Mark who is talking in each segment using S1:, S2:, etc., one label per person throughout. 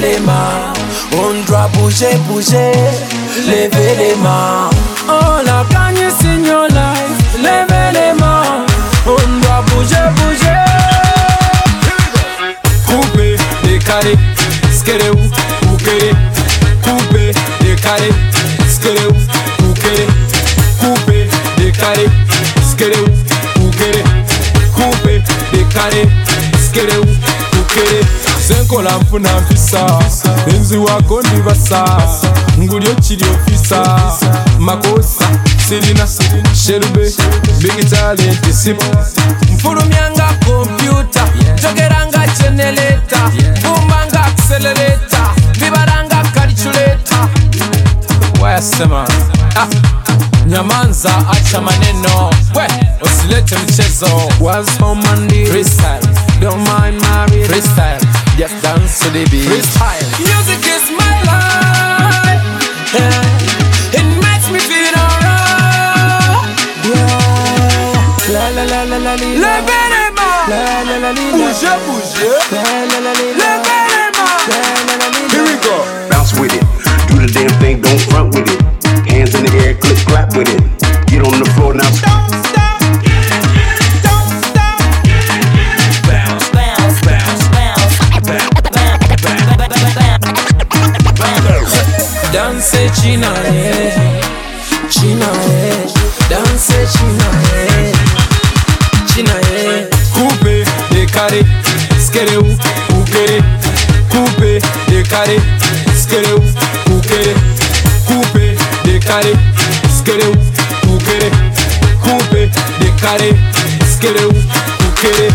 S1: les mains, on doit bouger, bouger, levez les mains. On a gagné signal life, levez les mains, on doit bouger, bouger. Coupé, décalé, skéré ou, coupé, coupé, décalé, skéré ou, coupé, coupé, décalé, skéré ou, coupé, coupé, décalé, skéré ou, coupé. senkola nfuna mpisa enzi wako ndibasa ngulyo kiri ofisa makosa sirina sherube bigitalenti sibu nfulumyanga kompyuta jogeranga genereta bumbanga akselereta bibaranga kaliculeta wayasema ah. Nyamanza acha maneno we usilete mchezo
S2: What's for Monday?
S1: freestyle
S2: Don't mind my rhythm.
S1: freestyle
S2: Just dance to the beat.
S1: freestyle. Music is my life. Yeah. It makes me feel alright.
S2: Yeah. La la la la la li, la.
S1: Levez les
S2: La
S1: mains.
S2: la la li, la.
S1: Bougez, bougez.
S2: La la la li, la.
S1: Levez les
S2: La
S1: mains.
S2: la la li, la.
S1: Here we go.
S3: bounce with it. Do the damn thing, don't front with it. Hands in the air, click clap with it. Get on the floor now. Don't
S1: Danse chinare, chinare, danse chinare, chinare. Coupe décalé, skere ou ukere. Coupe décalé, skere ou ukere. Coupe décalé, skere ou ukere. Coupe décalé, skere ou ukere.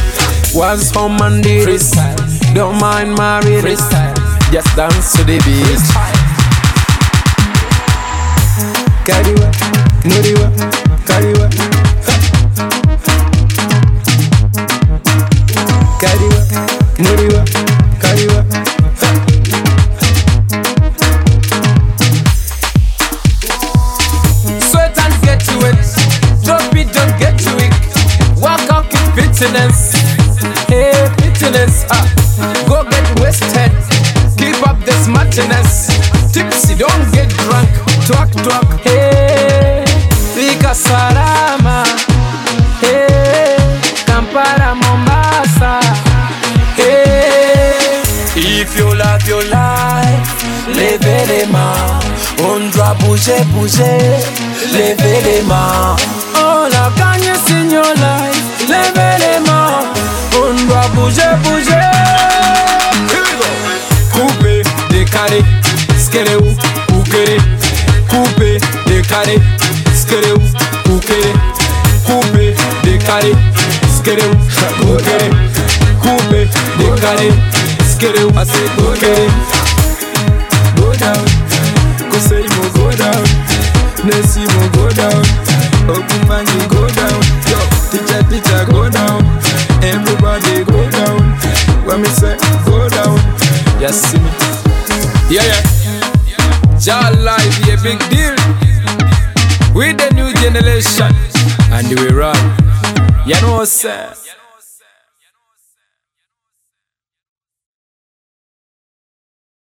S2: What's for Monday?
S1: Freestyle.
S2: Don't mind my rhythm.
S1: Freestyle.
S2: Just dance to the beat. Kadiwa, Nudiwa, Kadiwa. Kadiwa, Nudiwa, Kadiwa.
S1: Sweat and get to it. Drop it, don't get too weak. Walk out, keep bitterness. Hey, bitterness. Ah. Go get wasted. Keep up the smartness. Tipsy, don't get drunk. Talk, talk. Hey, fika salama. Hey, Eh, Kampala, Mombasa. Hey, if you love your life, levez les mains. On doit bouger, bouger, levez les mains. On a gagné in your life, levez les mains. On doit bouger, bouger. Coupé, décalé, skéré ou coupé. Coupé, décalé, skéré ou coupé. Coupé, décalé, skéré ou coupé. Coupé, décalé, skéré ou assez coupé. Go down, conseil mon go down, Nancy mon go down, Okumanji go down, yo, teacher teacher go down, everybody go down, when me say go down, you see me, yeah yeah, Jah life be a big deal, we the new generation, and we run, you know what I'm saying.